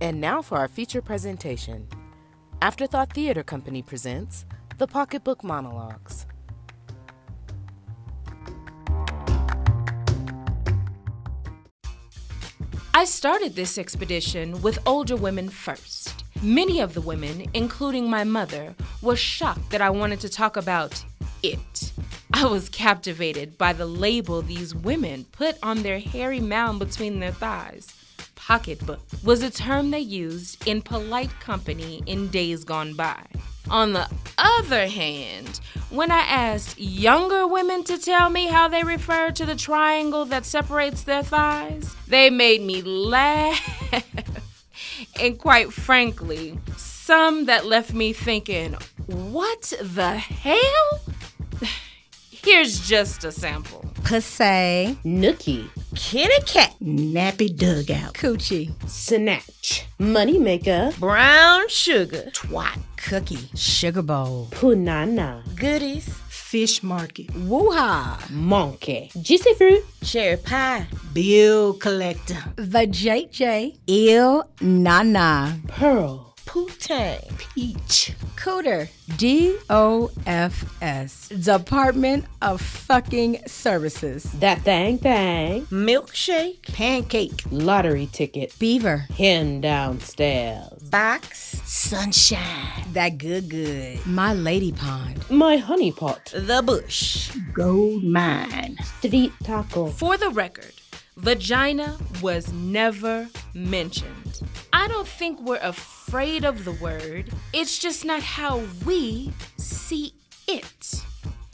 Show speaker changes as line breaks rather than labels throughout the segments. And now for our feature presentation. Afterthought Theater Company presents The Pocketbook Monologues.
I started this expedition with older women first. Many of the women, including my mother, were shocked that I wanted to talk about it. I was captivated by the label these women put on their hairy mound between their thighs. Pocketbook was a term they used in polite company in days gone by. On the other hand, when I asked younger women to tell me how they refer to the triangle that separates their thighs, they made me laugh. and quite frankly, some that left me thinking, what the hell? Here's just a sample.
Pussy,
Nookie, Kitty Cat,
nappy dugout, coochie,
Snatch, Moneymaker, Brown Sugar,
twat, cookie, sugar bowl,
Punana, Goodies,
fish market,
Monkey, Juicy Fruit, Cherry Pie,
bill collector, the JJ, ill nana,
Pearl, Poutine,
peach, cooter, DOFS, Department of Fucking Services,
That Thing Thing, Milkshake,
pancake,
Lottery Ticket,
beaver,
Hen Downstairs,
box, sunshine, that good good, my lady pond,
My Honey Pot,
the bush, gold mine.
Street Taco,
For the record, vagina was never mentioned. I don't think we're afraid of the word, it's just not how we see it.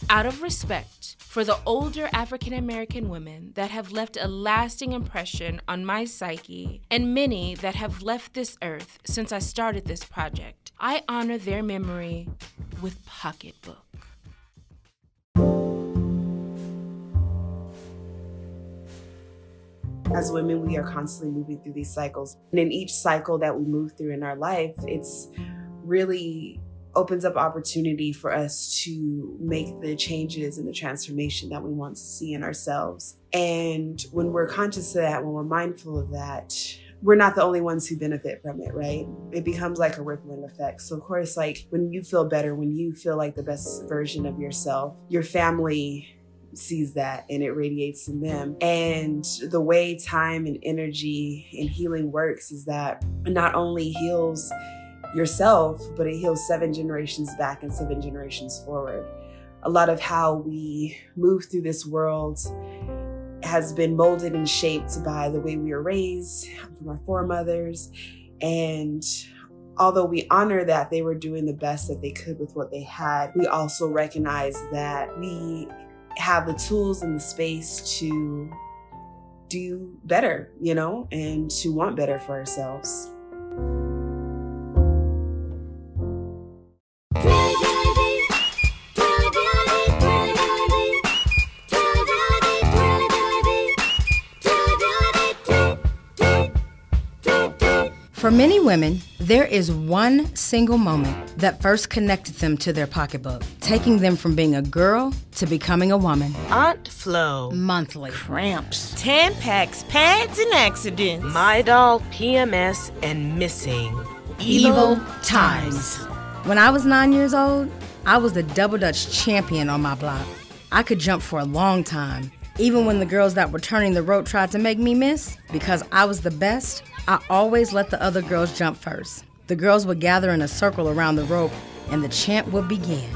Out of respect for the older African American women that have left a lasting impression on my psyche, and many that have left this earth since I started this project, I honor their memory with Pocketbook.
As women, we are constantly moving through these cycles. And in each cycle that we move through in our life, it's really opens up opportunity for us to make the changes and the transformation that we want to see in ourselves. And when we're conscious of that, when we're mindful of that, we're not the only ones who benefit from it, right? It becomes like a rippling effect. So, of course, like when you feel better, when you feel like the best version of yourself, your family sees that and it radiates in them. And the way time and energy and healing works is that it not only heals yourself, but it heals seven generations back and seven generations forward. A lot of how we move through this world has been molded and shaped by the way we are raised from our foremothers. And although we honor that they were doing the best that they could with what they had, we also recognize that we have the tools and the space to do better, you know, and to want better for ourselves.
For many women, there is one single moment that first connected them to their pocketbook, taking them from being a girl to becoming a woman
Aunt Flo.
monthly.
Cramps. Ten packs, pads, and accidents. My doll, PMS, and missing.
times. When I was nine years old, I was the double dutch champion on my block. I could jump for a long time, even when the girls that were turning the rope tried to make me miss. Because I was the best, I always let the other girls jump first. The girls would gather in a circle around the rope, and the chant would begin.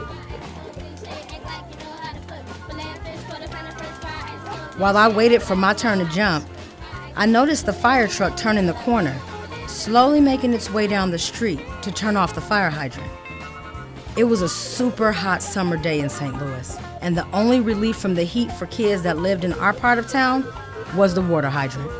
While I waited for my turn to jump, I noticed the fire truck turning the corner, slowly making its way down the street to turn off the fire hydrant. It was a super hot summer day in St. Louis, and the only relief from the heat for kids that lived in our part of town was the water hydrant.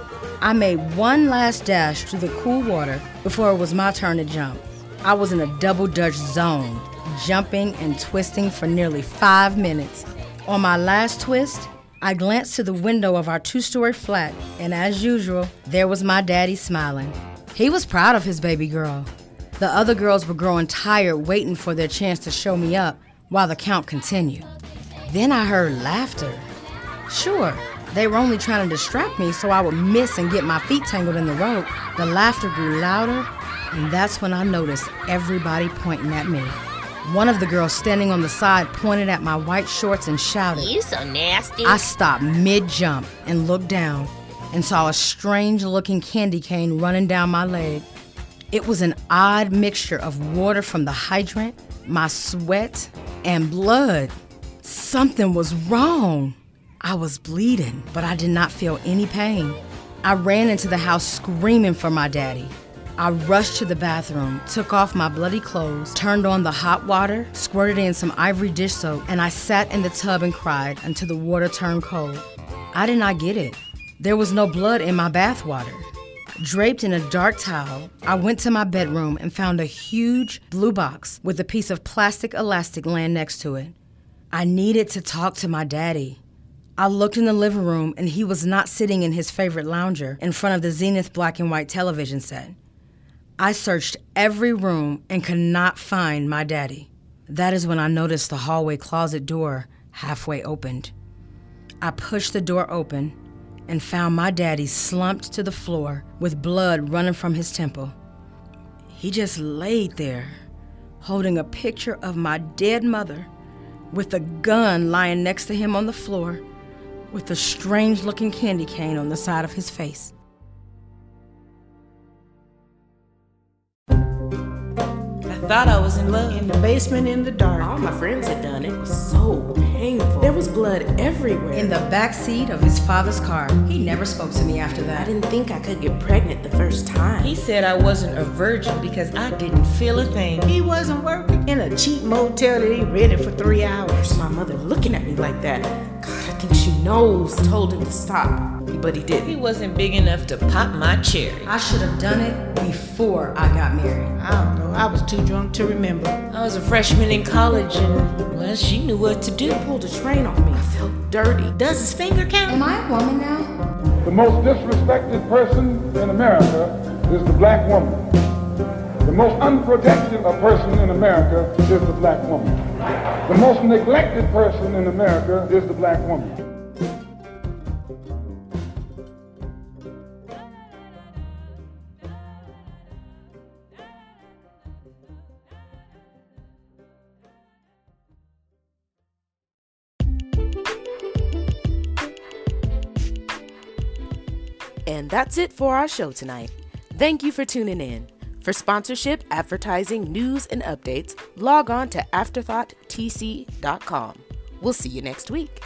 I made one last dash to the cool water before it was my turn to jump. I was in a double dutch zone, jumping and twisting for nearly five minutes. On my last twist, I glanced to the window of our two story flat, and as usual, there was my daddy smiling. He was proud of his baby girl. The other girls were growing tired waiting for their chance to show me up while the count continued. Then I heard laughter. Sure, they were only trying to distract me so I would miss and get my feet tangled in the rope. The laughter grew louder, and that's when I noticed everybody pointing at me. One of the girls standing on the side pointed at my white shorts and shouted,
You so nasty.
I stopped mid jump and looked down and saw a strange looking candy cane running down my leg. It was an odd mixture of water from the hydrant, my sweat, and blood. Something was wrong. I was bleeding, but I did not feel any pain. I ran into the house screaming for my daddy. I rushed to the bathroom, took off my bloody clothes, turned on the hot water, squirted in some ivory dish soap, and I sat in the tub and cried until the water turned cold. I did not get it. There was no blood in my bath water. Draped in a dark towel, I went to my bedroom and found a huge blue box with a piece of plastic elastic laying next to it. I needed to talk to my daddy. I looked in the living room and he was not sitting in his favorite lounger in front of the Zenith black and white television set. I searched every room and could not find my daddy. That is when I noticed the hallway closet door halfway opened. I pushed the door open and found my daddy slumped to the floor with blood running from his temple. He just laid there, holding a picture of my dead mother with a gun lying next to him on the floor with a strange looking candy cane on the side of his face.
I thought I was in love.
In the basement in the dark.
All my friends had done it. It was so painful.
There was blood everywhere.
In the back seat of his father's car. He never spoke to me after
I
that.
didn't think I could get pregnant the first time.
He said I wasn't a virgin because I didn't feel a thing.
he wasn't working in a cheap motel that he rented for three hours.
My mother looking at me like that. God, I think she knows. Told him to stop, but he
He
didn't.
wasn't big enough to pop my cherry.
I should have done it before I got married.
I don't know. I was too drunk to remember.
I was a freshman in college and, well, she knew what to do.
Pulled a train off me. I felt dirty.
Does his finger count?
Am I a woman now?
The most disrespected person in America is the black woman. The most unprotected a person in America is the black woman. The most neglected person in America is the black woman.
And that's it for our show tonight. Thank you for tuning in. For sponsorship, advertising, news, and updates, log on to afterthoughttc.com. We'll see you next week.